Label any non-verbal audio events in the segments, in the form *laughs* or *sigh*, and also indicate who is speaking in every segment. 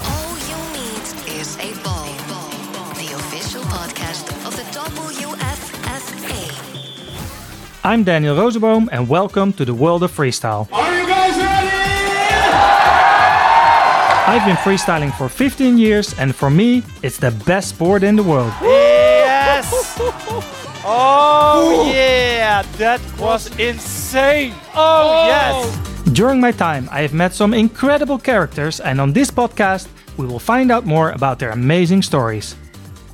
Speaker 1: All you need is a ball. The official podcast of the WFFA.
Speaker 2: I'm Daniel Rosenboom, and welcome to the world of freestyle.
Speaker 3: Are you guys ready?
Speaker 2: I've been freestyling for 15 years, and for me, it's the best sport in the world.
Speaker 4: Yes! Oh, yeah! That was insane! oh. yes!
Speaker 2: During my time, I have met some incredible characters, and on this podcast, we will find out more about their amazing stories.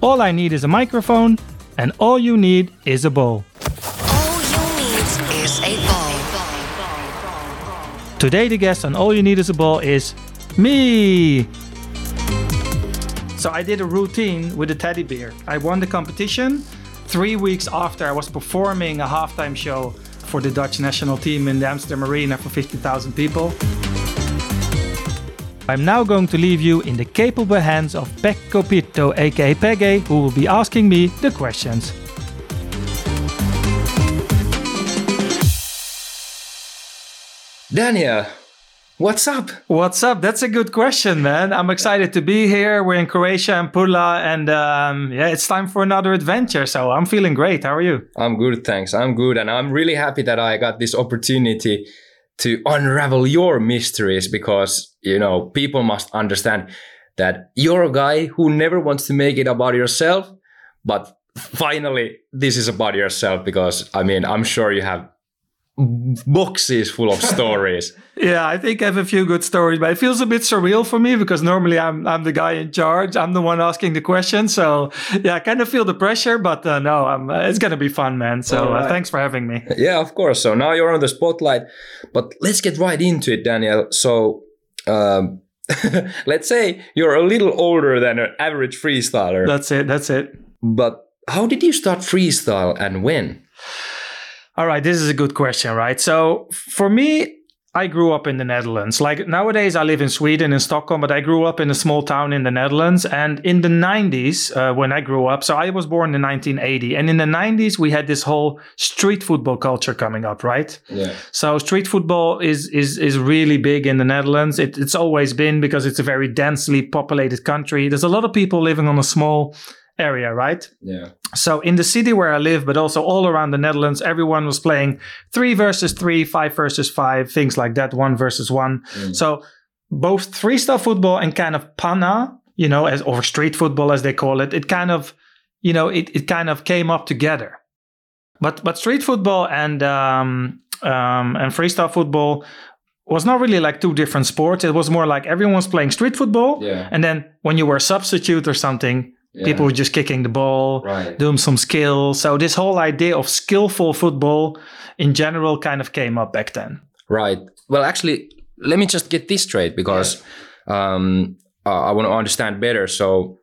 Speaker 2: All I need is a microphone, and all you need is a bowl.
Speaker 1: All you need is a bowl.
Speaker 2: Today, the guest on All You Need Is a Bowl is me. So, I did a routine with a teddy bear. I won the competition three weeks after I was performing a halftime show for the Dutch national team in the Amsterdam Arena for 50,000 people. I'm now going to leave you in the capable hands of Pekko Pitto, aka Peggy, who will be asking me the questions.
Speaker 4: Daniel, what's up?
Speaker 2: What's up? That's a good question, man. I'm excited to be here. We're in Croatia and Pula, and um, yeah, it's time for another adventure. So I'm feeling great. How are you?
Speaker 4: I'm good, thanks. I'm good, and I'm really happy that I got this opportunity to unravel your mysteries because you know people must understand that you're a guy who never wants to make it about yourself, but finally this is about yourself because I mean I'm sure you have boxes full of stories.
Speaker 2: yeah, I think I have a few good stories, but it feels a bit surreal for me because normally I'm I'm the guy in charge. I'm the one asking the questions. So yeah, I kind of feel the pressure, but uh, no, uh, it's gonna be fun, man. So right. uh, thanks for having me.
Speaker 4: Yeah, of course. So now you're on the spotlight, but let's get right into it, Daniel. So. Um, *laughs* let's say you're a little older than an average freestyler.
Speaker 2: That's it. That's it.
Speaker 4: But how did you start freestyle and when?
Speaker 2: All right, this is a good question, right? So for me, I grew up in the Netherlands. Like nowadays, I live in Sweden, in Stockholm, but I grew up in a small town in the Netherlands. And in the 90s, uh, when I grew up, so I was born in 1980. And in the 90s, we had this whole street football culture coming up, right?
Speaker 4: Yeah.
Speaker 2: So street football is is is really big in the Netherlands. It, it's always been because it's a very densely populated country. There's a lot of people living on a small area, right?
Speaker 4: Yeah.
Speaker 2: So in the city where I live, but also all around the Netherlands, everyone was playing three versus three, five versus five, things like that, one versus one. Mm. So both freestyle football and kind of pana, you know, as or street football as they call it, it kind of, you know, it, it kind of came up together. But but street football and um, um, and freestyle football was not really like two different sports. It was more like everyone's playing street football,
Speaker 4: yeah.
Speaker 2: and then when you were a substitute or something, yeah. People were just kicking the ball,
Speaker 4: right.
Speaker 2: doing some skill. So this whole idea of skillful football in general kind of came up back then.
Speaker 4: Right. Well, actually, let me just get this straight because yeah. um, uh, I want to understand better. So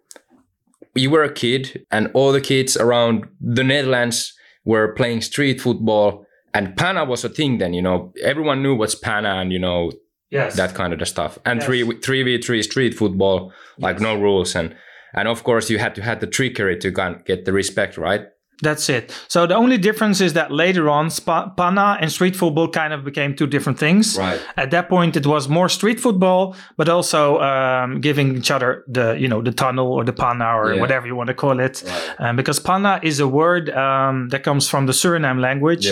Speaker 4: you were a kid, and all the kids around the Netherlands were playing street football, and pana was a thing then. You know, everyone knew what's pana, and you know
Speaker 2: Yes.
Speaker 4: that kind of the stuff. And
Speaker 2: Yes.
Speaker 4: three three v three street football, like no rules, and and of course you had to have the trickery to kind of get the respect, right?
Speaker 2: That's it. So the only difference is that later on, spa- pana and street football kind of became two different things.
Speaker 4: Right.
Speaker 2: At that point, it was more street football, but also um, giving each other the you know the tunnel or the pana or
Speaker 4: Yeah.
Speaker 2: whatever you want to call it, um, because pana is a word um, that comes from the Suriname language,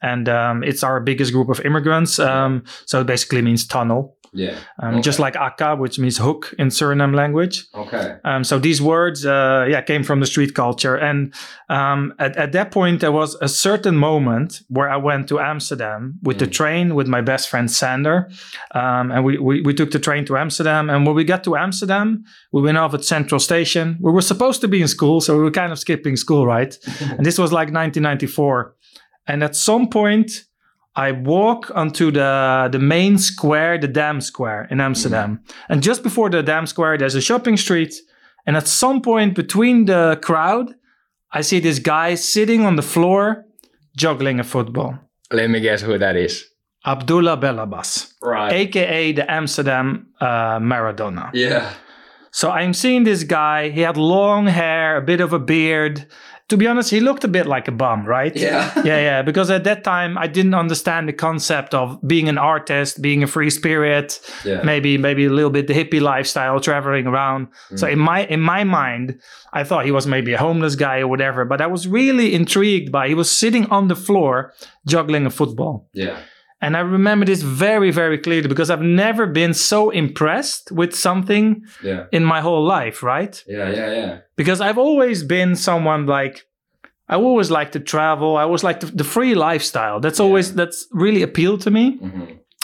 Speaker 2: and um, it's our biggest group of immigrants. Um, so it basically means tunnel,
Speaker 4: yeah.
Speaker 2: um, just like akka, which means hook in Suriname language.
Speaker 4: Okay.
Speaker 2: Um, so these words, uh, yeah, came from the street culture, and um, at, at that point there was a certain moment where I went to Amsterdam with
Speaker 4: Mm.
Speaker 2: the train with my best friend Sander, um, and we, we we took the train to Amsterdam. And when we got to Amsterdam, we went off at Central Station. We were supposed to be in school, so we were kind of skipping school,
Speaker 4: *laughs*
Speaker 2: right? and this was like 1994, and at some point. I walk onto the the main square, the Dam Square in Amsterdam.
Speaker 4: Mm.
Speaker 2: And just before the Dam Square, there's a shopping street. And at some point between the crowd, I see this guy sitting on the floor juggling a football.
Speaker 4: Let me guess who that is.
Speaker 2: Abdullah Belabas,
Speaker 4: Right.
Speaker 2: aka the Amsterdam uh, Maradona.
Speaker 4: Yeah.
Speaker 2: So I'm seeing this guy. He had long hair, a bit of a beard. To be honest, he looked a bit like a bum, right?
Speaker 4: Yeah.
Speaker 2: *laughs* yeah, yeah. Because at that time, I didn't understand the concept of being an artist, being a free spirit,
Speaker 4: Yeah.
Speaker 2: maybe maybe a little bit the hippie lifestyle, traveling around. So
Speaker 4: Mm.
Speaker 2: in my in my mind, I thought he was maybe a homeless guy or whatever. But I was really intrigued by he was sitting on the floor juggling a football.
Speaker 4: Yeah.
Speaker 2: And I remember this very, very clearly because I've never been so impressed with something
Speaker 4: Yeah.
Speaker 2: in my whole life, right?
Speaker 4: Yeah. Yeah. Yeah.
Speaker 2: because I've always been someone like I always like to travel. I always like the, the free lifestyle. That's always that's really appealed to me.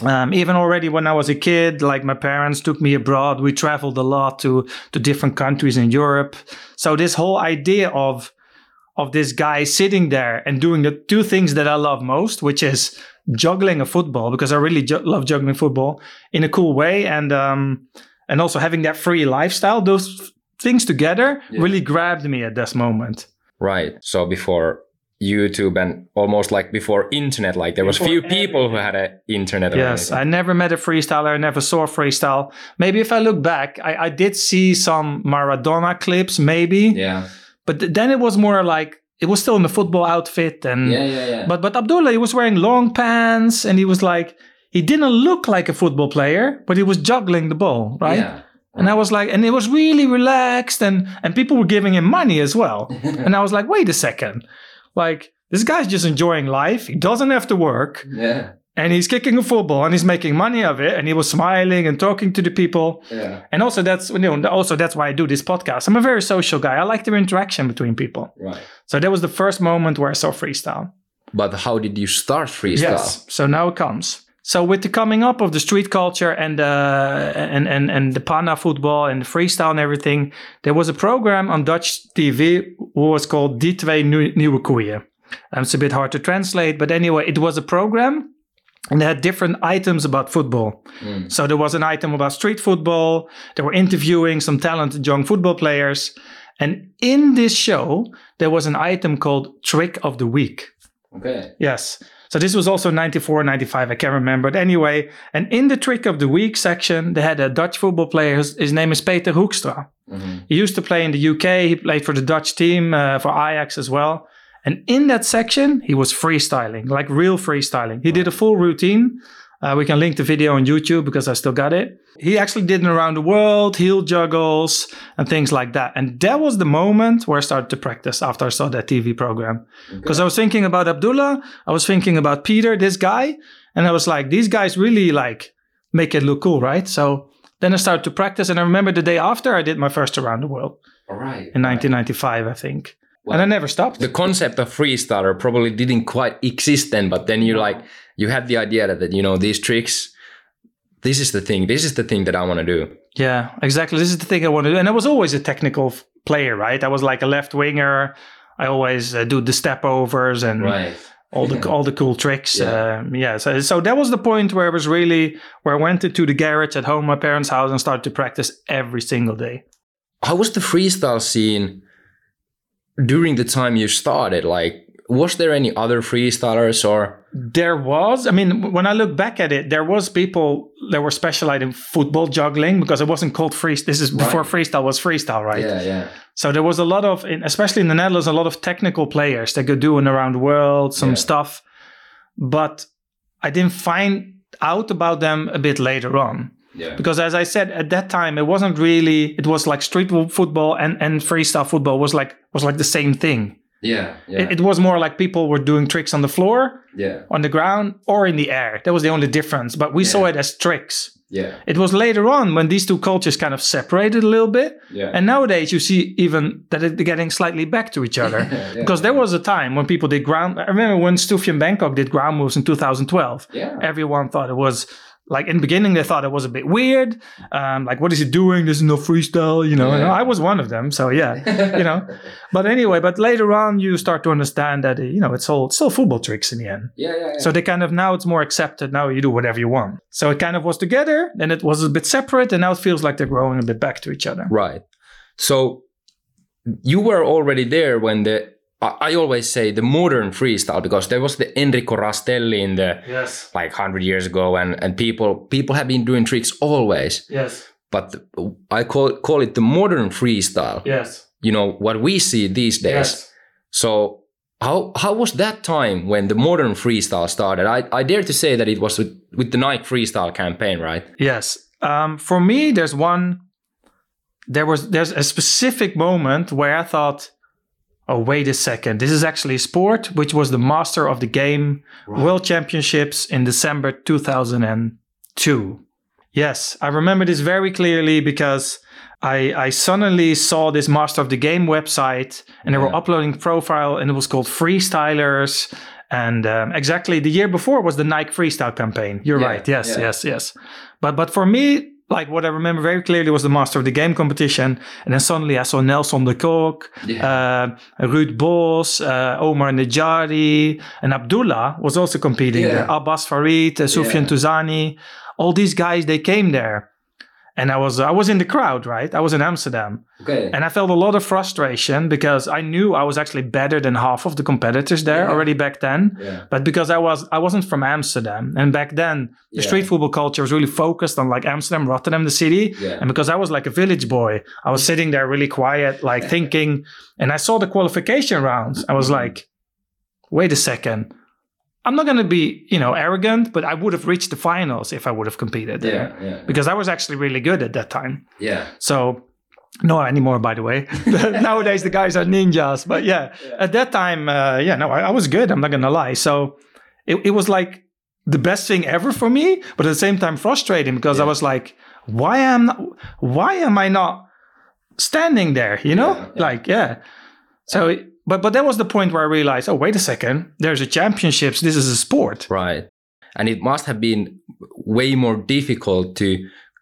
Speaker 2: Um, even already when I was a kid, like my parents took me abroad. We traveled a lot to to different countries in Europe. So this whole idea of of this guy sitting there and doing the two things that I love most, which is juggling a football because I really ju- love juggling football in a cool way, and um, and also having that free lifestyle. Those f- things together really grabbed me at this moment.
Speaker 4: Right. So before YouTube and almost like before internet, like there was few people who had an internet. or
Speaker 2: Yes,
Speaker 4: anything.
Speaker 2: I never met a freestyler. I never saw a freestyle. Maybe if I look back, I, I did see some Maradona clips, maybe.
Speaker 4: yeah.
Speaker 2: But th- then it was more like it was still in the football outfit and.
Speaker 4: Yeah. Yeah.
Speaker 2: But but Abdullah, he was wearing long pants and he was like he didn't look like a football player, but he was juggling the ball, right?
Speaker 4: Yeah.
Speaker 2: And I was like, and it was really relaxed, and and people were giving him money as
Speaker 4: *laughs*
Speaker 2: well. and I was like, wait a second, like this guy's just enjoying life. He doesn't have to work,
Speaker 4: Yeah.
Speaker 2: and he's kicking a football, and he's making money of it, and he was smiling and talking to the people.
Speaker 4: Yeah.
Speaker 2: And also that's you know also that's why I do this podcast. I'm a very social guy. I like the interaction between people.
Speaker 4: Right.
Speaker 2: So that was the first moment where I saw freestyle.
Speaker 4: But how did you start freestyle?
Speaker 2: Yes. So now it comes. So with the coming up of the street culture and uh, and and and the pana football and the freestyle and everything, there was a program on Dutch TV what was called Die Twee Nieu- Nieuwe Koeien. Um, it's a bit hard to translate, but anyway, it was a program and they had different items about football. So there was an item about street football. They were interviewing some talented young football players, and in this show there was an item called Trick of the Week.
Speaker 4: Okay.
Speaker 2: Yes. So this was also 94, 95. I can't remember. But anyway, and in the trick of the week section, they had a Dutch football player. His, his name is Peter Hoekstra. He used to play in the UK. He played for the Dutch team, uh, for Ajax as well. And in that section, he was freestyling, like real freestyling. He did a full routine. Uh, we can link the video on YouTube because I still got it. He actually did an around the world, heel juggles, and things like that. And that was the moment where I started to practice after I saw that TV program. Because I was thinking about Abdullah, I was thinking about Peter, this guy, and I was like, these guys really like make it look cool, right? So then I started to practice, and I remember the day after I did my first around the world
Speaker 4: All right.
Speaker 2: in 1995, I think, and I never stopped.
Speaker 4: the concept of freestyler probably didn't quite exist then but then you like you had the idea that, that you know these tricks this is the thing this is the thing that i want to do
Speaker 2: Yeah, exactly. This is the thing I want to do. And I was always a technical f- player, right? I was like a left winger. I always uh, do the step overs and all
Speaker 4: *laughs*
Speaker 2: the all the cool tricks.
Speaker 4: Yeah.
Speaker 2: Yeah. Um, yeah. So so that was the point where I was really where I went into the garage at home, my parents' house, and started to practice every single day.
Speaker 4: how was the freestyle scene during the time you started like was there any other freestylers or
Speaker 2: There was, I mean, when I look back at it, there was people they were specialized in football juggling because it wasn't called freestyle. This is before freestyle was freestyle, right?
Speaker 4: Yeah, yeah.
Speaker 2: So there was a lot of, in- especially in the Netherlands, a lot of technical players that could do an around the world, some
Speaker 4: Yeah.
Speaker 2: stuff. But I didn't find out about them a bit later on.
Speaker 4: Yeah.
Speaker 2: Because as I said, at that time it wasn't really it was like street wo- football and, and freestyle football was like was like the same thing.
Speaker 4: Yeah. Yeah.
Speaker 2: It, it was more like people were doing tricks on the floor,
Speaker 4: yeah.
Speaker 2: on the ground, or in the air. That was the only difference. But we saw
Speaker 4: Yeah.
Speaker 2: it as tricks.
Speaker 4: Yeah.
Speaker 2: It was later on when these two cultures kind of separated a little bit.
Speaker 4: Yeah.
Speaker 2: And nowadays you see even that it- they're getting slightly back to
Speaker 4: *laughs*
Speaker 2: each other. because there was a time when people did ground. I remember when Stufian Bangkok did ground moves in 2012.
Speaker 4: Yeah.
Speaker 2: Everyone thought it was like in the beginning they thought it was a bit weird. Um, like what is he doing? This is no freestyle, you know. And
Speaker 4: Yeah.
Speaker 2: I was one of them, so yeah, you
Speaker 4: *laughs*
Speaker 2: know. But anyway, but later on you start to understand that you know it's all it's still football tricks in the end.
Speaker 4: Yeah. Yeah. yeah.
Speaker 2: So they kind of now it's more accepted. Now you do whatever you want. So it kind of was together, then it was a bit separate, and now it feels like they're growing a bit back to each other.
Speaker 4: Right. So you were already there when the I I always say the modern freestyle because there was the Enrico Rastelli in the
Speaker 2: Yes.
Speaker 4: like hundred years ago, and and people people have been doing tricks always.
Speaker 2: Yes.
Speaker 4: But the- I call call it the modern freestyle.
Speaker 2: Yes.
Speaker 4: You know what we see these days. So how how was that time when the modern freestyle started? I, I dare to say that it was with, with the Nike freestyle campaign, right?
Speaker 2: Yes. Um, for me, there's one. There was there's a specific moment where I thought, "Oh, wait a second, this is actually a sport," which was the Master of the Game World Championships in December 2002. Yes, I remember this very clearly because I I suddenly saw this Master of the Game website, and they were uploading profile, and it was called Freestylers. And um, exactly the year before was the Nike Freestyle campaign. You're
Speaker 4: Yeah,
Speaker 2: right. Yes,
Speaker 4: yeah.
Speaker 2: yes, yes. But but for me, like what I remember very clearly was the Master of the Game competition, and then suddenly I saw Nelson de Kock, uh, Ruud Bos, uh, Omar Nejari, and Abdullah was also competing
Speaker 4: Yeah.
Speaker 2: there. Abbas Farid, uh, Sufyan
Speaker 4: Yeah.
Speaker 2: Tuzani, all these guys they came there, and I was I was in the crowd, right? I was in Amsterdam,
Speaker 4: Okay.
Speaker 2: and I felt a lot of frustration because I knew I was actually better than half of the competitors there
Speaker 4: Yeah.
Speaker 2: already back then.
Speaker 4: Yeah.
Speaker 2: But because I was I wasn't from Amsterdam, and back then the
Speaker 4: Yeah.
Speaker 2: street football culture was really focused on like Amsterdam, Rotterdam, the city.
Speaker 4: Yeah.
Speaker 2: And because I was like a village boy, I was sitting there really quiet, like thinking. And I saw the qualification rounds. I
Speaker 4: Mm-hmm.
Speaker 2: was like, wait a second. I'm not going to be, you know, arrogant, but I would have reached the finals if I would have competed there
Speaker 4: Yeah, yeah.
Speaker 2: because I was actually really good at that time.
Speaker 4: Yeah.
Speaker 2: So not anymore, by the way. *laughs* Nowadays the guys are ninjas, but yeah, at that time, uh, yeah, no, I, I was good. I'm not gonna lie. So it, it was like the best thing ever for me, but at the same time frustrating because I was like, why am not, why am I not standing there? You know,
Speaker 4: Yeah, yeah.
Speaker 2: like yeah. So, it- but but that was the point where I realized, oh wait a second, there's a championships. This is a sport.
Speaker 4: Right. And it must have been way more difficult to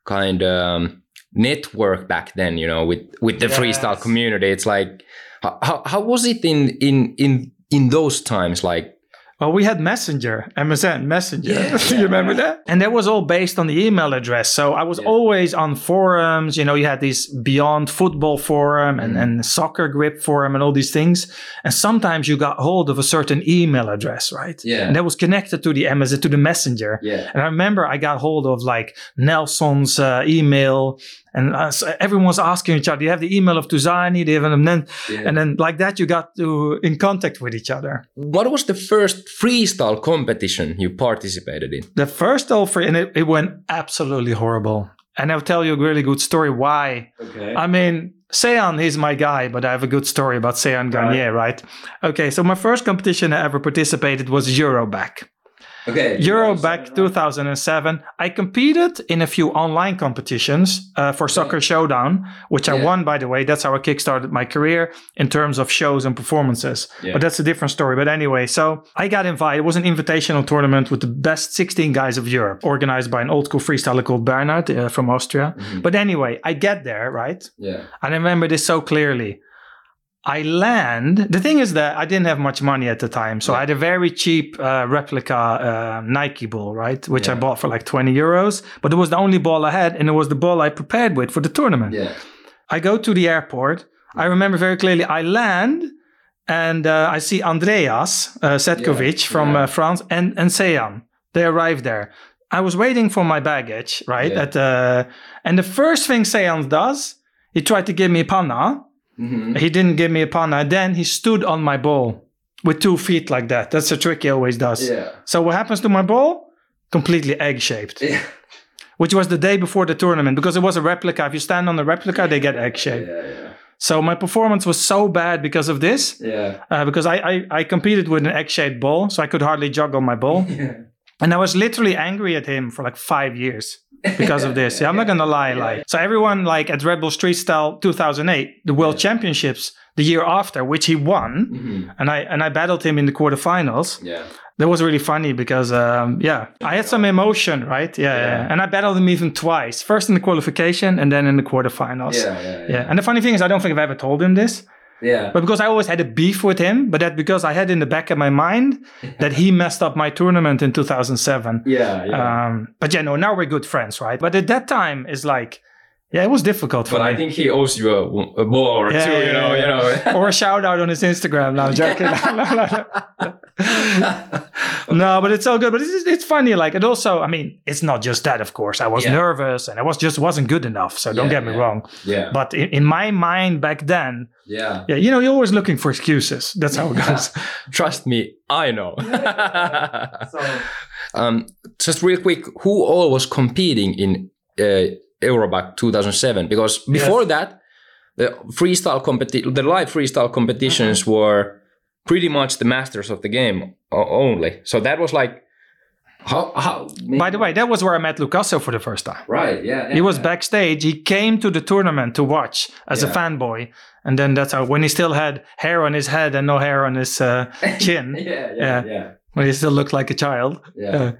Speaker 4: kind of um, network back then, you know, with, with the freestyle
Speaker 2: Yes.
Speaker 4: community. It's like, how, how, how was it in, in, in, in those times? Like,
Speaker 2: Well, we had Messenger, MSN Messenger.
Speaker 4: Yeah,
Speaker 2: Do *laughs* you remember that? And that was all based on the email address. So I was always on forums. You know, you had these Beyond Football forum
Speaker 4: Mm-hmm.
Speaker 2: and, and Soccer Grip forum and all these things. And sometimes you got hold of a certain email address, right?
Speaker 4: Yeah.
Speaker 2: And that was connected to the MSN, to the Messenger.
Speaker 4: Yeah.
Speaker 2: And I remember I got hold of like Nelson's uh, email, and uh, so everyone was asking each other, "Do you have the email of Tuzani? Do you have?" And then, and then like that, you got to in contact with each other.
Speaker 4: what was the first freestyle competition you participated in?
Speaker 2: the first offer and it, it went absolutely horrible and i'll tell you a really good story why
Speaker 4: Okay.
Speaker 2: i mean sean he's my guy but i have a good story about sean garnier right okay so my first competition i ever participated was euroback
Speaker 4: Okay.
Speaker 2: euroback 2007 i competed in a few online competitions uh, for soccer showdown which i
Speaker 4: Yeah.
Speaker 2: won by the way that's how i kickstarted my career in terms of shows and performances
Speaker 4: Yeah.
Speaker 2: but that's a different story but anyway so i got invited it was an invitational tournament with the best 16 guys of europe organized by an old school freestyler called bernard uh, from austria but anyway i get there right
Speaker 4: Mm-hmm. Yeah.
Speaker 2: I remember this so clearly. I land. The thing is that I didn't have much money at the time, so I had a very cheap uh, replica uh, Nike ball, right, which I
Speaker 4: Yeah.
Speaker 2: bought for like twenty euros. But it was the only ball I had, and it was the ball I prepared with for the tournament.
Speaker 4: Yeah.
Speaker 2: I go to the airport. I remember very clearly. I land, and uh, I see Andreas uh, Setkovic from
Speaker 4: yeah.
Speaker 2: uh, France and and Sejan. They arrive there. I was waiting for my baggage, right?
Speaker 4: Yeah.
Speaker 2: At the and the first thing Seance does, he tried to give me a panna.
Speaker 4: Mm-hmm.
Speaker 2: He didn't give me a panna. Then he stood on my ball with two feet like that. That's a trick he always does.
Speaker 4: Yeah.
Speaker 2: So what happens to my ball? Completely egg shaped. *laughs* Which was the day before the tournament because it was a replica. If you stand on the replica, they get egg shaped. So my performance was so bad because of this
Speaker 4: Yeah.
Speaker 2: uh, because I, I, I competed with an egg shaped ball, so I could hardly juggle my
Speaker 4: *laughs*
Speaker 2: ball. And I was literally angry at him for like five years because of this. Yeah, I'm not gonna lie, like so everyone like at Red Bull Street Style 2008, the World Championships, the year after, which he won, and I and I battled him in the quarterfinals.
Speaker 4: Mm-hmm. Yeah.
Speaker 2: That was really funny because um, yeah, I had some emotion, right? Yeah, yeah, and I battled him even twice, first in the qualification and then in the quarterfinals.
Speaker 4: Yeah, yeah,
Speaker 2: yeah. And the funny thing is, I don't think I've ever told him this.
Speaker 4: Yeah.
Speaker 2: But because I always had a beef with him, but that because I had in the back of my
Speaker 4: *laughs*
Speaker 2: mind that he messed up my tournament in 2007.
Speaker 4: Yeah. Yeah.
Speaker 2: Um, but yeah, no, now we're good friends, right? But at that time, it's like, yeah, it was difficult for
Speaker 4: but
Speaker 2: me.
Speaker 4: I think he owes you a, a ball or
Speaker 2: Yeah,
Speaker 4: two,
Speaker 2: yeah,
Speaker 4: you know,
Speaker 2: yeah, yeah.
Speaker 4: you know.
Speaker 2: *laughs* or a shout out on his Instagram. No, I'm joking. *laughs* no, but it's all good. But it's, it's funny. Like, it also, I mean, it's not just that, of course. I was
Speaker 4: Yeah.
Speaker 2: nervous and I was just wasn't good enough. So don't
Speaker 4: Yeah,
Speaker 2: get me
Speaker 4: yeah.
Speaker 2: wrong.
Speaker 4: yeah.
Speaker 2: But in, in my mind back then,
Speaker 4: yeah.
Speaker 2: yeah, you know, you're always looking for excuses.
Speaker 4: *laughs*
Speaker 2: That's how it goes.
Speaker 4: Trust me, I know. um, just real quick, who all was competing in uh, Euroback 2007? Because before that, the freestyle competi- the live freestyle competitions
Speaker 2: Uh-huh.
Speaker 4: were pretty much the masters of the game o- only. So that was like how how
Speaker 2: By the way, that was where I met Lucasso for the first time.
Speaker 4: right yeah,
Speaker 2: He was backstage. He came to the tournament to watch as a
Speaker 4: Yeah.
Speaker 2: fanboy, and then that's how when he still had hair on his head and no hair on
Speaker 4: *laughs*
Speaker 2: his uh, chin,
Speaker 4: yeah
Speaker 2: Yeah.
Speaker 4: yeah yeah
Speaker 2: when he still looked like a child.
Speaker 4: yeah.
Speaker 2: Uh,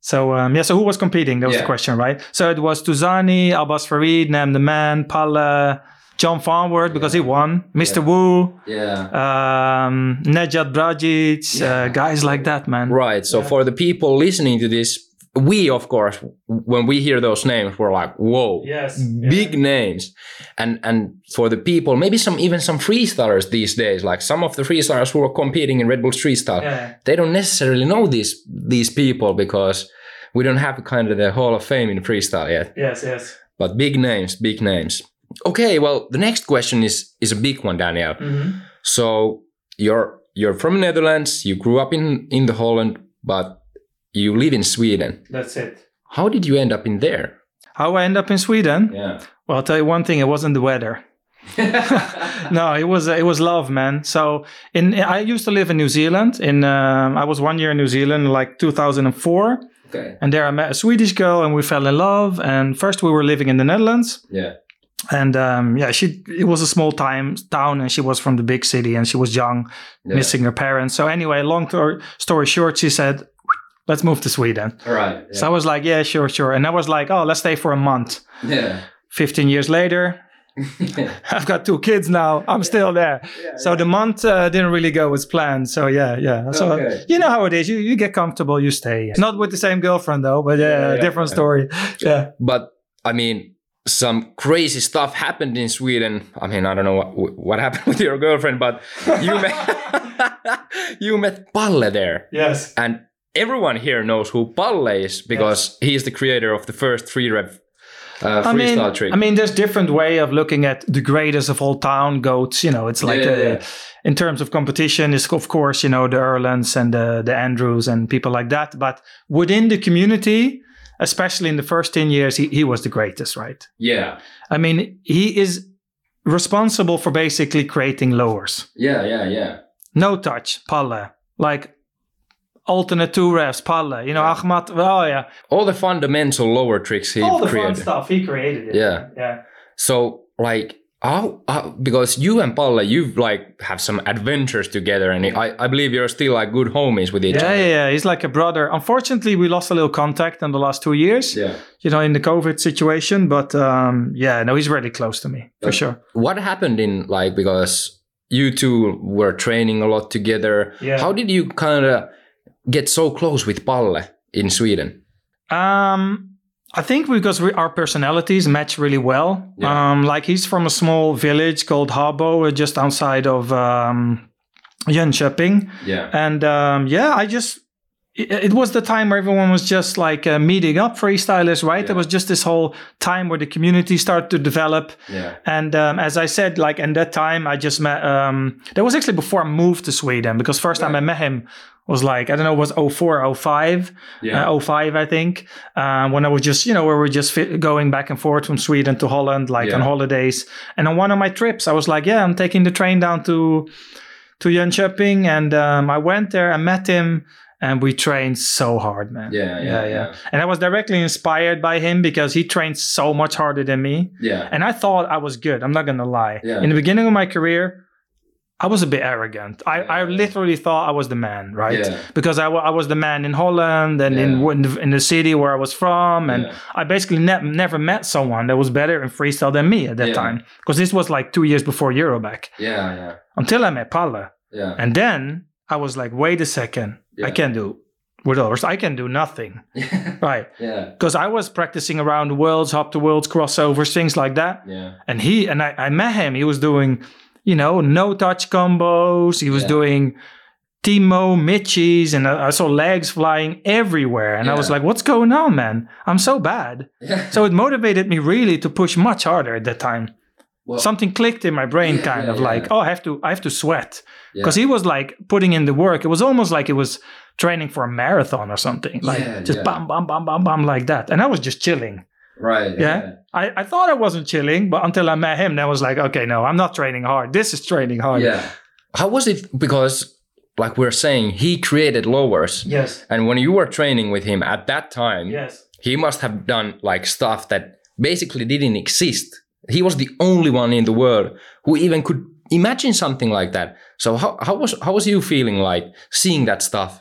Speaker 2: so um, yeah, so who was competing? That was the
Speaker 4: Yeah.
Speaker 2: question, right? So it was Tuzani, Abbas Farid, Nam the Man, Palla, John Farnworth because he won, Mr. Wu,
Speaker 4: yeah.
Speaker 2: um, Nejat Brajic, uh, guys like that, man.
Speaker 4: Right. So for the people listening to this, we of course, when we hear those names, we're like, "Whoa,
Speaker 2: Yes.
Speaker 4: big names!" And and for the people, maybe some even some freestylers these days, like some of the freestylers who are competing in Red Bull Street Style,
Speaker 2: Yeah.
Speaker 4: they don't necessarily know these these people because we don't have kind of the Hall of Fame in freestyle yet.
Speaker 2: Yes, yes.
Speaker 4: But big names, big names. Okay. Well, the next question is is a big one, Daniel.
Speaker 2: Mm-hmm.
Speaker 4: So you're you're from Netherlands. You grew up in in the Holland, but you live in Sweden.
Speaker 2: That's it.
Speaker 4: How did you end up in there?
Speaker 2: How I end up in Sweden?
Speaker 4: Yeah.
Speaker 2: Well, I'll tell you one thing. It wasn't the *laughs* weather. no, it was it was love, man. So in I used to live in New Zealand. In um, I was one year in New Zealand, in, like 2004,
Speaker 4: Okay.
Speaker 2: and there I met a Swedish girl, and we fell in love. And first we were living in the Netherlands,
Speaker 4: Yeah.
Speaker 2: and um, yeah, she it was a small time town, and she was from the big city, and she was young,
Speaker 4: Yeah.
Speaker 2: missing her parents. So anyway, long tor- story short, she said, "Let's move to Sweden."
Speaker 4: All right.
Speaker 2: So I was like, "Yeah, sure, sure," and I was like, "Oh, let's stay for a month."
Speaker 4: Yeah.
Speaker 2: 15 years later *laughs* i've got two kids now i'm still there so the month uh, didn't really go as planned so yeah
Speaker 4: Oh,
Speaker 2: yeah so
Speaker 4: Okay.
Speaker 2: you know how it is you, you get comfortable you stay not with the same girlfriend though but yeah,
Speaker 4: yeah,
Speaker 2: different story *laughs* yeah
Speaker 4: But I mean, some crazy stuff happened in Sweden. I mean, I don't know what what happened *laughs* with your girlfriend, but you met *laughs* you met Palle there.
Speaker 2: yes
Speaker 4: and everyone here knows who Palle is because he is the creator of the first free rev uh,
Speaker 2: I mean,
Speaker 4: freestyle trick.
Speaker 2: I mean, there's different way of looking at the greatest of all town goats. You know, it's like
Speaker 4: Yeah,
Speaker 2: uh,
Speaker 4: yeah.
Speaker 2: in terms of competition, it's of course you know the Erlands and the the Andrews and people like that. But within the community, especially in the first ten years, he, he was the greatest, right?
Speaker 4: yeah,
Speaker 2: I mean, he is responsible for basically creating lowers.
Speaker 4: yeah, yeah, yeah,
Speaker 2: No touch, Palle. Like alternate two refs, Palle. You know, Ahmad, well, yeah.
Speaker 4: all the fundamental lower tricks he
Speaker 2: All the fun
Speaker 4: created.
Speaker 2: stuff, he created it.
Speaker 4: Yeah.
Speaker 2: Yeah.
Speaker 4: So like. How, how, because you and Palle, you've like have some adventures together, and I, I believe you're still like good homies with each
Speaker 2: Yeah,
Speaker 4: other.
Speaker 2: yeah, yeah. He's like a brother. Unfortunately, we lost a little contact in the last two years,
Speaker 4: yeah.
Speaker 2: you know, in the COVID situation. But um, yeah, no, he's really close to me, for
Speaker 4: Okay.
Speaker 2: sure.
Speaker 4: What happened in like because you two were training a lot together?
Speaker 2: Yeah.
Speaker 4: How did you kind of get so close with Palle in Sweden?
Speaker 2: Um, I think because we, our personalities match really well.
Speaker 4: Yeah.
Speaker 2: Um, like he's from a small village called Habo, uh, just outside of um, Jönköping,
Speaker 4: Yeah,
Speaker 2: and um, yeah, I just it, it was the time where everyone was just like uh, meeting up freestylers, right? There was just this whole time where the community started to develop.
Speaker 4: Yeah.
Speaker 2: And um, as I said, like in that time, I just met. Um, that was actually before I moved to Sweden because first time I met him was like I don't know, was 04, 05,
Speaker 4: Yeah.
Speaker 2: uh, 05, I think. Uh, when I was just you know where we were just fi- going back and forth from Sweden to Holland, like on
Speaker 4: Yeah.
Speaker 2: holidays. And on one of my trips, I was like, yeah, I'm taking the train down to to Jönköping, and um, I went there, I met him. And we trained so hard, man.
Speaker 4: Yeah, yeah, yeah.
Speaker 2: And I was directly inspired by him because he trained so much harder than me.
Speaker 4: Yeah.
Speaker 2: And I thought I was good. I'm not gonna lie.
Speaker 4: Yeah.
Speaker 2: In the beginning of my career, I was a bit arrogant. I, I literally thought I was the man, right?
Speaker 4: Yeah.
Speaker 2: Because I wa- I was the man in Holland and in
Speaker 4: Yeah.
Speaker 2: in the, in the city where I was from, and
Speaker 4: Yeah.
Speaker 2: I basically ne- never met someone that was better in freestyle than me at that
Speaker 4: Yeah.
Speaker 2: time. Because this was like two years before Euroback.
Speaker 4: Yeah, yeah,
Speaker 2: Until I met Palle,
Speaker 4: yeah.
Speaker 2: and then I was like, wait a second, I
Speaker 4: Yeah.
Speaker 2: can do with others. I can do
Speaker 4: *laughs*
Speaker 2: nothing, right?
Speaker 4: yeah,
Speaker 2: Because I was practicing around the worlds, hop the worlds, crossovers, things like that
Speaker 4: yeah,
Speaker 2: and he and I, I met him he was doing you know no touch combos he was
Speaker 4: Yeah.
Speaker 2: doing timo michis and I, I saw legs flying everywhere and i was
Speaker 4: Yeah.
Speaker 2: like what's going on man i'm so bad
Speaker 4: yeah.
Speaker 2: so it motivated me really to push much harder at that time
Speaker 4: Well-
Speaker 2: something clicked in my brain
Speaker 4: Yeah,
Speaker 2: kind
Speaker 4: yeah,
Speaker 2: of like
Speaker 4: yeah.
Speaker 2: oh i have to i have to sweat
Speaker 4: Yeah.
Speaker 2: because he was like putting in the work it was almost like it was training for a marathon or something like
Speaker 4: Yeah,
Speaker 2: just
Speaker 4: yeah.
Speaker 2: bam bam bam bam bam like that and i was just chilling
Speaker 4: right.
Speaker 2: yeah. I, I thought I wasn't chilling, but until I met him, then I was like, okay, no, I'm not training hard. This is training hard.
Speaker 4: yeah. How was it? Because, like we're saying, he created lowers,
Speaker 2: Yes.
Speaker 4: and when you were training with him at that time,
Speaker 2: Yes.
Speaker 4: he must have done like stuff that basically didn't exist. He was the only one in the world who even could imagine something like that. So how, how was how was you feeling like seeing that stuff?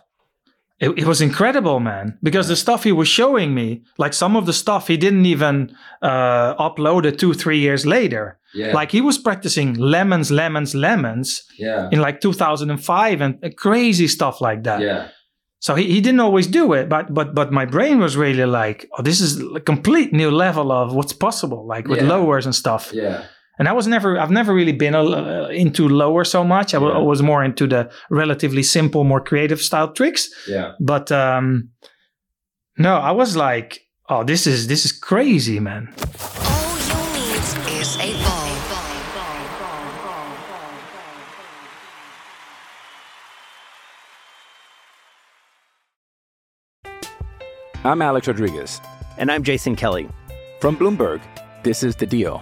Speaker 2: It, it was incredible, man, because the stuff he was showing me, like some of the stuff he didn't even uh, upload it two, three years later.
Speaker 4: Yeah.
Speaker 2: Like he was practicing lemons, lemons, lemons
Speaker 4: Yeah.
Speaker 2: in like 2005 and uh, crazy stuff like that.
Speaker 4: Yeah.
Speaker 2: So he, he didn't always do it, but but but my brain was really like, oh, this is a complete new level of what's possible, like with
Speaker 4: Yeah.
Speaker 2: lowers and stuff.
Speaker 4: Yeah.
Speaker 2: and I was never I've never really been uh, into lower so much. I wa-
Speaker 4: Yeah.
Speaker 2: was more into the relatively simple, more creative style tricks.
Speaker 4: Yeah.
Speaker 2: But um no, I was like, oh, this is this is crazy, man.
Speaker 1: All you need is a ball.
Speaker 5: I'm Alex Rodriguez.
Speaker 6: And I'm Jason Kelly.
Speaker 5: From Bloomberg, this is The Deal.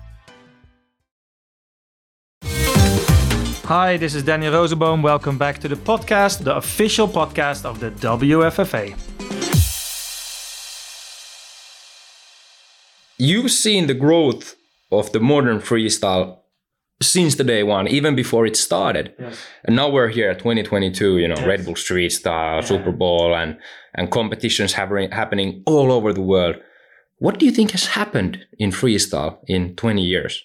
Speaker 2: Hi, this is Danny Rosenbaum. Welcome back to the podcast, the official podcast of the WFFA.
Speaker 4: You've seen the growth of the modern freestyle since the day one, even before it started. And now we're here at 2022, you know, Red Bull Street Style, Super Bowl, and and competitions havering- happening all over the world. What do you think has happened in freestyle in 20 years?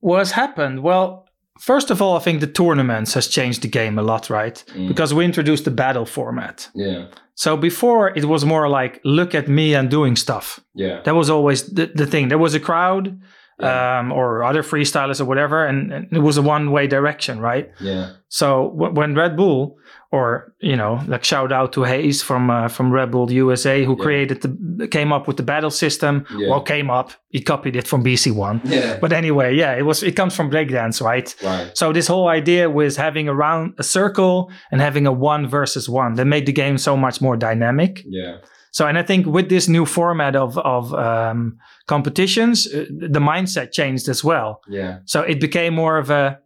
Speaker 2: What has happened? Well, first of all, I think the tournaments has changed the game a lot, right? Because we introduced the battle format.
Speaker 4: Mm. Yeah,
Speaker 2: So before it was more like look at me and doing stuff.
Speaker 4: yeah,
Speaker 2: that was always the, the thing. There was a crowd um, or other freestylers or whatever, and, and it was a one way direction, right?
Speaker 4: yeah,
Speaker 2: So w- when Red Bull, or you know, like shout out to Hayes from uh, from Red Bull USA, who created the came up with the battle system.
Speaker 4: Yeah.
Speaker 2: Well, came up, he copied it from BC One.
Speaker 4: yeah.
Speaker 2: But anyway, yeah, it was it comes from breakdance, right?
Speaker 4: Right.
Speaker 2: So this whole idea with having a round a circle and having a one versus one that made the game so much more dynamic.
Speaker 4: Yeah,
Speaker 2: So, and I think with this new format of of um, competitions, uh, the mindset changed as well.
Speaker 4: yeah,
Speaker 2: So it became more of a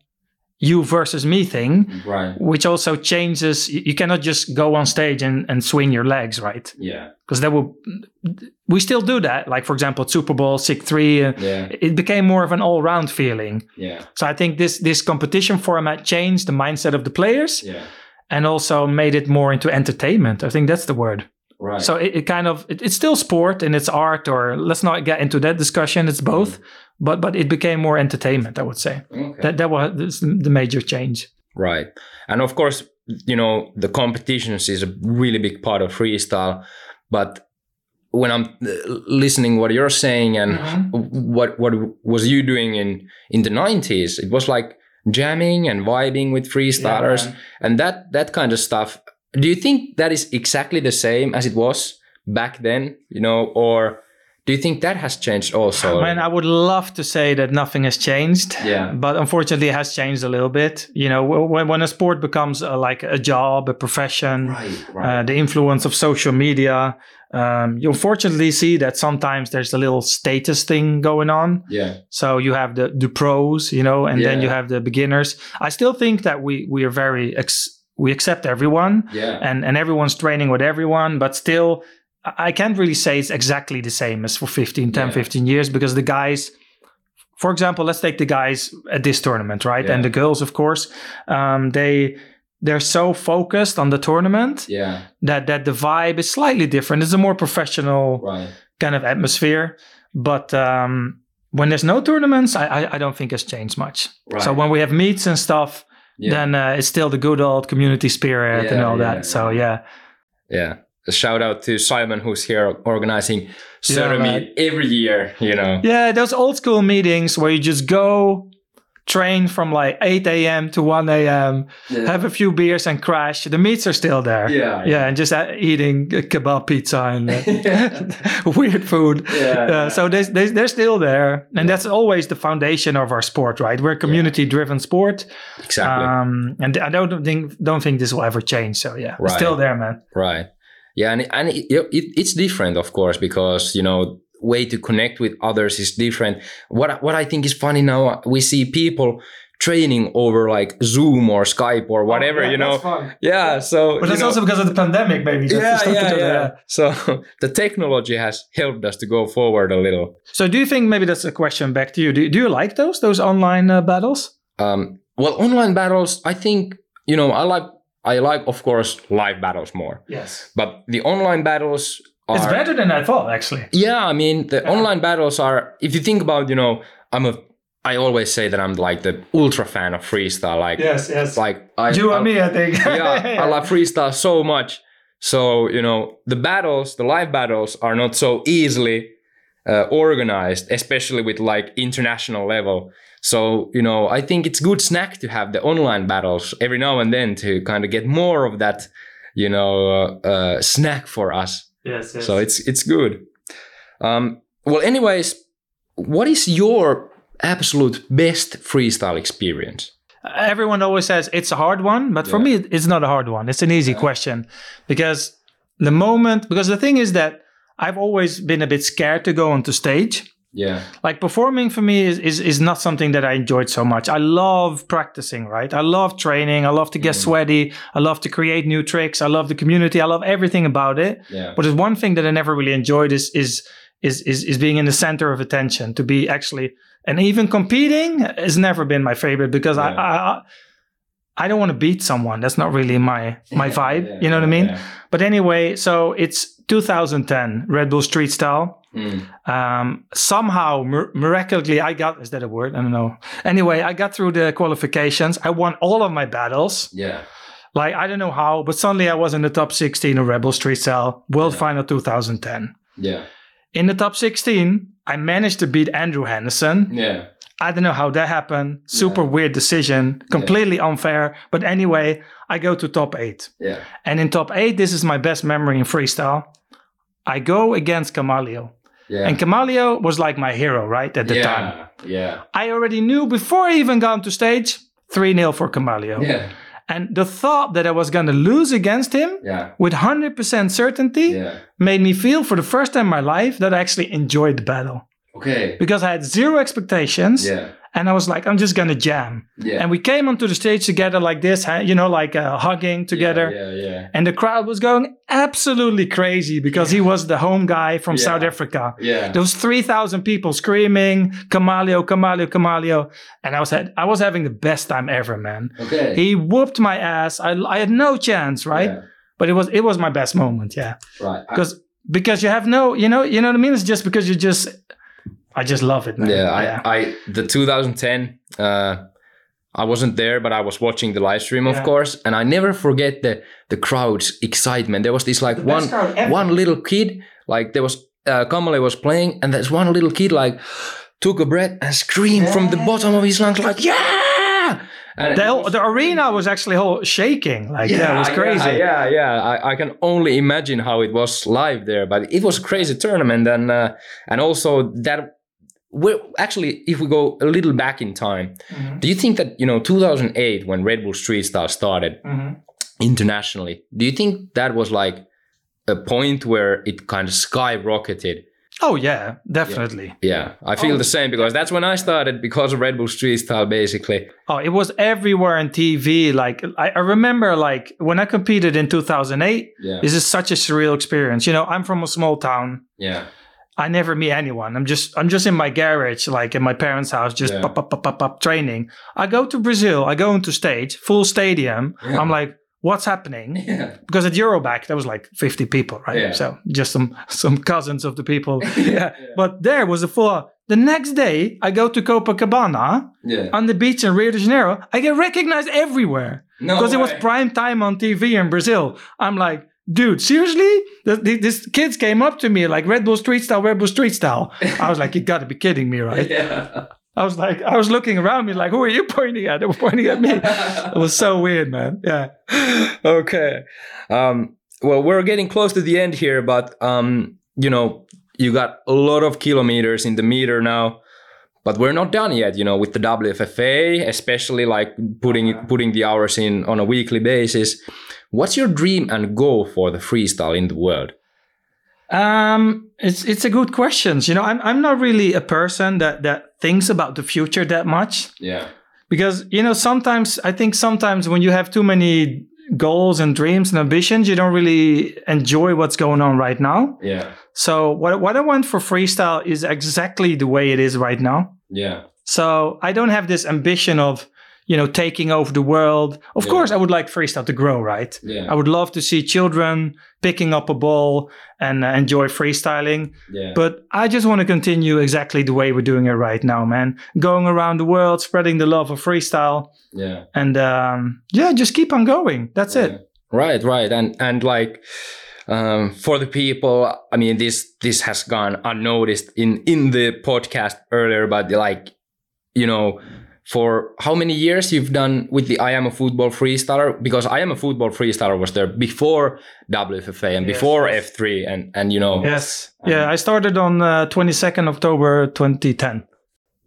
Speaker 2: you versus me thing,
Speaker 4: right.
Speaker 2: which also changes. You you cannot just go on stage and, and swing your legs, right?
Speaker 4: Yeah,
Speaker 2: Because that will we still do that. Like for example, at Super Bowl, Sick Three. Uh,
Speaker 4: yeah,
Speaker 2: It became more of an all round feeling.
Speaker 4: yeah,
Speaker 2: So I think this this competition format changed the mindset of the players
Speaker 4: yeah.
Speaker 2: and also made it more into entertainment. I think that's the word.
Speaker 4: Right.
Speaker 2: So it, it kind of it, it's still sport and it's art, or let's not get into that discussion. It's both, but but it became more entertainment, I would say.
Speaker 4: Mm-hmm. Okay.
Speaker 2: That that was that's the major change.
Speaker 4: Right. And of course, you know, the competitions is a really big part of freestyle, but when I'm uh, listening what you're saying and
Speaker 2: Mm-hmm.
Speaker 4: what what was you doing in in the 90s, it was like jamming and vibing with freestylers
Speaker 2: man.
Speaker 4: and that that kind of stuff. Do you think that is exactly the same as it was back then, you know, or do you think that has changed also?
Speaker 2: Man, I would love to say that nothing has changed.
Speaker 4: Yeah.
Speaker 2: But unfortunately, it has changed a little bit. You know, wh- when, when a sport becomes uh, like a job, a profession,
Speaker 4: Right,
Speaker 2: Uh, the influence of social media, um, you unfortunately see that sometimes there's a little status thing going on.
Speaker 4: yeah.
Speaker 2: So you have the the pros, you know, and then
Speaker 4: Yeah.
Speaker 2: you have the beginners. I still think that we we are very ex- we accept everyone
Speaker 4: Yeah.
Speaker 2: and and everyone's training with everyone, but still I- I can't really say it's exactly the same as for 15, 10,
Speaker 4: Yeah.
Speaker 2: 15 years because the guys for example, let's take the guys at this tournament, right?
Speaker 4: Yeah.
Speaker 2: And the girls, of course, um, they they're so focused on the tournament
Speaker 4: yeah.
Speaker 2: that that the vibe is slightly different. It's a more professional
Speaker 4: Right.
Speaker 2: kind of atmosphere. But um, when there's no tournaments, I, I, I don't think it's changed much. So
Speaker 4: Right.
Speaker 2: when we have meets and stuff,
Speaker 4: Yeah.
Speaker 2: then uh, it's still the good old community spirit and
Speaker 4: Yeah,
Speaker 2: all
Speaker 4: yeah,
Speaker 2: that. So yeah,
Speaker 4: yeah a shout out to simon who's here organizing ceremony
Speaker 2: man.
Speaker 4: every year you know
Speaker 2: yeah, those old school meetings where you just go train from like 8 a.m. to 1 a.m., have a few beers and crash. The meets are still there.
Speaker 4: Yeah,
Speaker 2: Yeah, and just uh, eating uh, kebab pizza and
Speaker 4: *laughs*
Speaker 2: uh, *laughs* weird food.
Speaker 4: Yeah,
Speaker 2: Uh, so they, they, they're still there. And that's always the foundation of our sport, right? We're a community driven sport.
Speaker 4: exactly
Speaker 2: Um, and I don't think don't think this will ever change. So yeah,
Speaker 4: Right.
Speaker 2: it's still there, man.
Speaker 4: right yeah and, and it, it, it's different of course because you know way to connect with others is different what I- what i think is funny now we see people training over like zoom or skype or whatever you know yeah so
Speaker 2: But
Speaker 4: you
Speaker 2: that's
Speaker 4: know-
Speaker 2: also because of the pandemic, maybe. That's-
Speaker 4: yeah,
Speaker 2: that's
Speaker 4: yeah,
Speaker 2: because of
Speaker 4: yeah.
Speaker 2: that.
Speaker 4: So *laughs* the technology has helped us to go forward a little.
Speaker 2: So do you think maybe that's a question back to you? Do, do you like those those online uh, battles?
Speaker 4: um well online battles i think you know i like i like of course live battles more
Speaker 2: Yes,
Speaker 4: but the online battles are
Speaker 2: it's better than I thought actually.
Speaker 4: yeah i mean the
Speaker 2: Yeah.
Speaker 4: online battles are if you think about you know i'm a i always say that i'm like the ultra fan of freestyle like
Speaker 2: Yes, yes.
Speaker 4: like I,
Speaker 2: you
Speaker 4: I,
Speaker 2: and me, I think.
Speaker 4: *laughs* yeah i love freestyle so much so you know the battles the live battles are not so easily uh, organized especially with like international level so you know i think it's good snack to have the online battles every now and then to kind of get more of that you know uh, uh, snack for us
Speaker 2: Yes, yes.
Speaker 4: so it's it's good um, well anyways what is your absolute best freestyle experience
Speaker 2: everyone always says it's a hard one, but for
Speaker 4: Yeah.
Speaker 2: me, it- it's not a hard one. It's an easy question because the moment, because the thing is that I've always been a bit scared to go onto stage.
Speaker 4: yeah
Speaker 2: Like performing for me is, is is not something that I enjoyed so much. I love practicing, right? I love training. I love to get sweaty. I love to create new tricks. I love the community. I love everything about it.
Speaker 4: yeah
Speaker 2: But there's one thing that I never really enjoyed is is is is, is being in the center of attention. To be actually and even competing has never been my favorite because I,
Speaker 4: Yeah.
Speaker 2: I I- I don't want to beat someone. That's not really my my vibe. you know what I mean?
Speaker 4: yeah.
Speaker 2: But anyway, so it's 2010 Red Bull Street Style.
Speaker 4: Mm.
Speaker 2: Um, somehow, mir- miraculously, I got, is that a word? I don't know. Anyway, I got through the qualifications. I won all of my battles
Speaker 4: Yeah.
Speaker 2: like I don't know how, but suddenly I was in the top 16 of Rebel Street Cell World Final 2010.
Speaker 4: Yeah.
Speaker 2: In the top 16, I managed to beat Andrew Henderson.
Speaker 4: Yeah.
Speaker 2: I don't know how that happened. Super weird decision, completely unfair. But anyway, I go to top eight.
Speaker 4: Yeah.
Speaker 2: And in top eight, this is my best memory in freestyle. I go against Kamalio.
Speaker 4: Yeah.
Speaker 2: And Kamalio was like my hero, right? At the
Speaker 4: yeah.
Speaker 2: time.
Speaker 4: Yeah.
Speaker 2: I already knew before I even got to stage 3 0 for Kamalio.
Speaker 4: Yeah.
Speaker 2: And the thought that I was going to lose against him
Speaker 4: Yeah.
Speaker 2: with 100% certainty
Speaker 4: Yeah.
Speaker 2: made me feel for the first time in my life that I actually enjoyed the battle
Speaker 4: Okay.
Speaker 2: because I had zero expectations
Speaker 4: Yeah.
Speaker 2: and I was like, I'm just gonna jam.
Speaker 4: Yeah.
Speaker 2: And we came onto the stage together like this, ha- you know, like uh, hugging together.
Speaker 4: Yeah. Yeah.
Speaker 2: And the crowd was going absolutely crazy because he was the home guy from
Speaker 4: Yeah.
Speaker 2: South Africa.
Speaker 4: Yeah.
Speaker 2: There was 3,000 people screaming, Kamalio, Kamalio, Kamalio. And I was, had, I was having the best time ever, man.
Speaker 4: Okay.
Speaker 2: He whooped my ass. I, I had no chance, right?
Speaker 4: Yeah.
Speaker 2: But it was it was my best moment, yeah.
Speaker 4: Right. I-
Speaker 2: Because because you have no, you know, you know what I mean. It's just because you just, I just love it, man.
Speaker 4: yeah, I, I the 2010 uh I wasn't there but I was watching the live stream of
Speaker 2: Yeah.
Speaker 4: course and I never forget the the crowd's excitement there was this like
Speaker 2: The best
Speaker 4: one
Speaker 2: crowd ever.
Speaker 4: one little kid like there was uh Kamale was playing and there's one little kid like took a breath and screamed from the bottom of his lungs like yeah and
Speaker 2: the, whole- the arena was actually whole shaking. Like yeah, it was crazy.
Speaker 4: Yeah, yeah. yeah. I, I can only imagine how it was live there, but it was a crazy tournament, and uh, and also that. We're, actually, if we go a little back in time,
Speaker 2: Mm-hmm.
Speaker 4: do you think that you know 2008 when Red Bull Street Style started
Speaker 2: Mm-hmm.
Speaker 4: internationally? Do you think that was like a point where it kind of skyrocketed?
Speaker 2: Oh yeah, definitely. Oh.
Speaker 4: Yeah, I feel the same because that's when I started because of Red Bull Street Style, basically.
Speaker 2: Oh, it was everywhere on TV. Like I, I remember, like when I competed in 2008.
Speaker 4: Yeah,
Speaker 2: This is such a surreal experience. You know, I'm from a small town.
Speaker 4: yeah,
Speaker 2: I never meet anyone. I'm just I'm just in my garage, like in my parents' house, just
Speaker 4: Yeah.
Speaker 2: pop up up up up training. I go to Brazil. I go into stage, full stadium.
Speaker 4: Yeah.
Speaker 2: I'm like, what's happening?
Speaker 4: *laughs* yeah,
Speaker 2: Because at Euroback there was like 50 people, right?
Speaker 4: Yeah.
Speaker 2: So just some *laughs* some cousins of the
Speaker 4: *laughs*
Speaker 2: people. yeah. But there was a full. The next day, I go to Copacabana
Speaker 4: yeah.
Speaker 2: on the beach in Rio de Janeiro. I get recognized everywhere
Speaker 4: No
Speaker 2: because it was
Speaker 4: way.
Speaker 2: prime time on TV in Brazil. I'm like, dude, seriously? Th- th- These kids came up to me like Red Bull Street Style, Red Bull Street
Speaker 4: *laughs*
Speaker 2: Style. I was like, you gotta be kidding me, right?
Speaker 4: yeah.
Speaker 2: I was like, I was looking around me like, who are
Speaker 4: *laughs*
Speaker 2: you pointing at? They were pointing at me. It was so weird, man. Yeah.
Speaker 4: *laughs* okay. Um, well, we're getting close to the end here, but um, you know, you got a lot of kilometers in the meter now, but we're not done yet. You know, with the WFFA, especially like putting it, putting the hours in on a weekly basis. What's your dream and goal for the freestyle in the world?
Speaker 2: Um, it's it's a good question. You know, I'm I'm not really a person that that thinks about the future that much.
Speaker 4: Yeah.
Speaker 2: because you know sometimes i think sometimes when you have too many goals and dreams and ambitions you don't really enjoy what's going on right now
Speaker 4: Yeah.
Speaker 2: so what, what i want for freestyle is exactly the way it is right now
Speaker 4: Yeah.
Speaker 2: so i don't have this ambition of you know taking over the world of
Speaker 4: Yeah.
Speaker 2: course i would like freestyle to grow right
Speaker 4: Yeah.
Speaker 2: i would love to see children picking up a ball and uh, enjoy freestyling
Speaker 4: Yeah.
Speaker 2: but I just want to continue exactly the way we're doing it right now, man. Going around the world, spreading the love of freestyle,
Speaker 4: yeah.
Speaker 2: and um, yeah, just keep on going. That's
Speaker 4: Yeah.
Speaker 2: it.
Speaker 4: Right, right, and and like um, for the people, I mean this this has gone unnoticed in in the podcast earlier, but like you know, for how many years you've done with the I am a football freestyler because I am a football freestyler was there before WFFA and
Speaker 2: Yes.
Speaker 4: before F three and and you know
Speaker 2: Yes. Yeah, I started on uh, 22nd October 2010.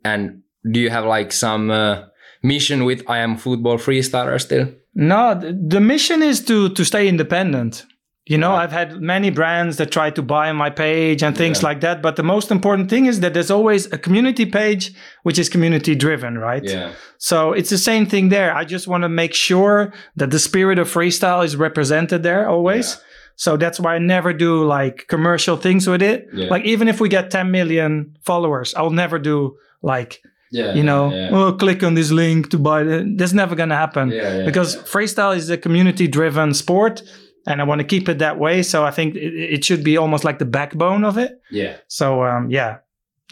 Speaker 4: and do you have like some uh, mission with I am a football freestyler still?
Speaker 2: No, th- the mission is to to stay independent. You know, I've had many brands that try to buy my page and things like that, but the most important thing is that there's always a community page which is community driven, right? So it's the same thing there. I just want to make sure that the spirit of freestyle is represented there always. So that's why I never do like commercial things with it.
Speaker 4: Yeah.
Speaker 2: Like even if we get 10 million followers, I'll never do like,
Speaker 4: yeah,
Speaker 2: you know, oh, click on this link to buy it. That's never going to happen
Speaker 4: Yeah, yeah,
Speaker 2: because freestyle is a community driven sport and I want to keep it that way. So I think it, it should be almost like the backbone of it.
Speaker 4: yeah.
Speaker 2: So um, yeah,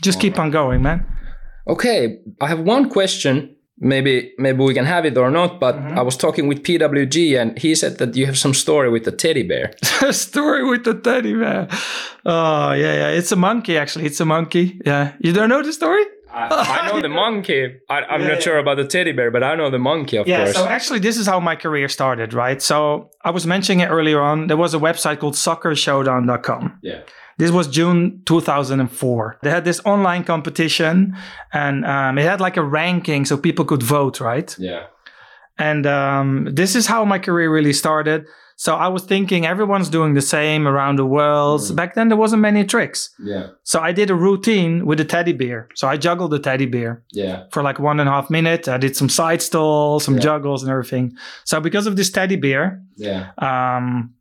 Speaker 2: just keep on going, man.
Speaker 4: Okay, I have one question. Maybe maybe we can have it or not, but
Speaker 2: Mm-hmm.
Speaker 4: I was talking with PWG and he said that you have some story with the teddy bear.
Speaker 2: *laughs* A story with the teddy bear. Oh yeah, yeah. It's a monkey actually. It's a monkey. Yeah. You don't know the story?
Speaker 4: I, I
Speaker 2: *laughs*
Speaker 4: know the monkey. I, I'm not sure about the teddy bear, but I know the monkey, of
Speaker 2: Yeah.
Speaker 4: course.
Speaker 2: So actually, this is how my career started, right? So I was mentioning it earlier on. There was a website called SoccerShowdown.com.
Speaker 4: yeah.
Speaker 2: This was June 2004. They had this online competition, and um, it had like a ranking, so people could vote, right?
Speaker 4: Yeah.
Speaker 2: And um, this is how my career really started. So I was thinking everyone's doing the same around the world. Back then, there wasn't many tricks.
Speaker 4: Mm. Yeah.
Speaker 2: So I did a routine with a teddy bear. So I juggled the teddy bear
Speaker 4: Yeah.
Speaker 2: for like one and a half minutes. I did some side stalls, some juggles, and everything. So because of this teddy bear,
Speaker 4: Yeah.
Speaker 2: um,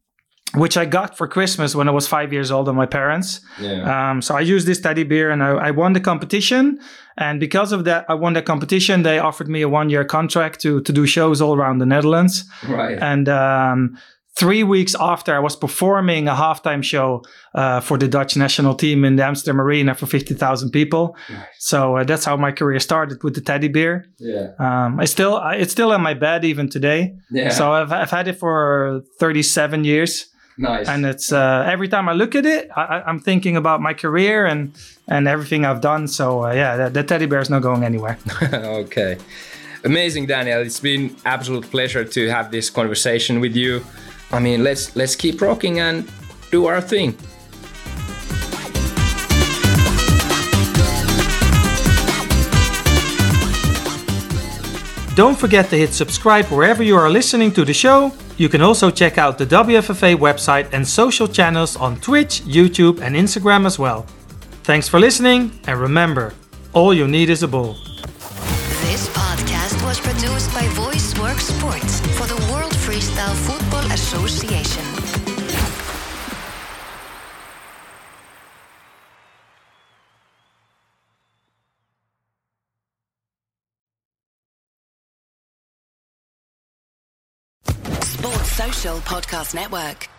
Speaker 2: which I got for Christmas when I was five years old, on my parents.
Speaker 4: Yeah.
Speaker 2: Um, so I used this teddy bear and I, I won the competition. And because of that, I won the competition. They offered me a one-year contract to to do shows all around the Netherlands.
Speaker 4: right.
Speaker 2: And um, three weeks after I was performing a halftime show uh, for the Dutch national team in the Amsterdam Arena for 50,000 people. So uh, that's how my career started with the teddy bear.
Speaker 7: Yeah.
Speaker 2: Um, I still, I, it's still in my bed even today.
Speaker 7: Yeah.
Speaker 2: So I've, I've had it for 37 years.
Speaker 7: nice.
Speaker 2: And it's uh, every time I look at it, I, I- I'm thinking about my career and, and everything I've done. So uh, yeah, the, the teddy bear is not going anywhere.
Speaker 7: okay. Amazing, Daniel. It's been absolute pleasure to have this conversation with you. I mean, let's let's keep rocking and do our thing.
Speaker 2: Don't forget to hit subscribe wherever you are listening to the show. You can also check out the WFFA website and social channels on Twitch, YouTube, and Instagram as well. Thanks for listening, and remember all you need is a ball.
Speaker 4: This podcast was produced by VoiceWorks Sports for the World Freestyle Football Association. Sports Social Podcast Network.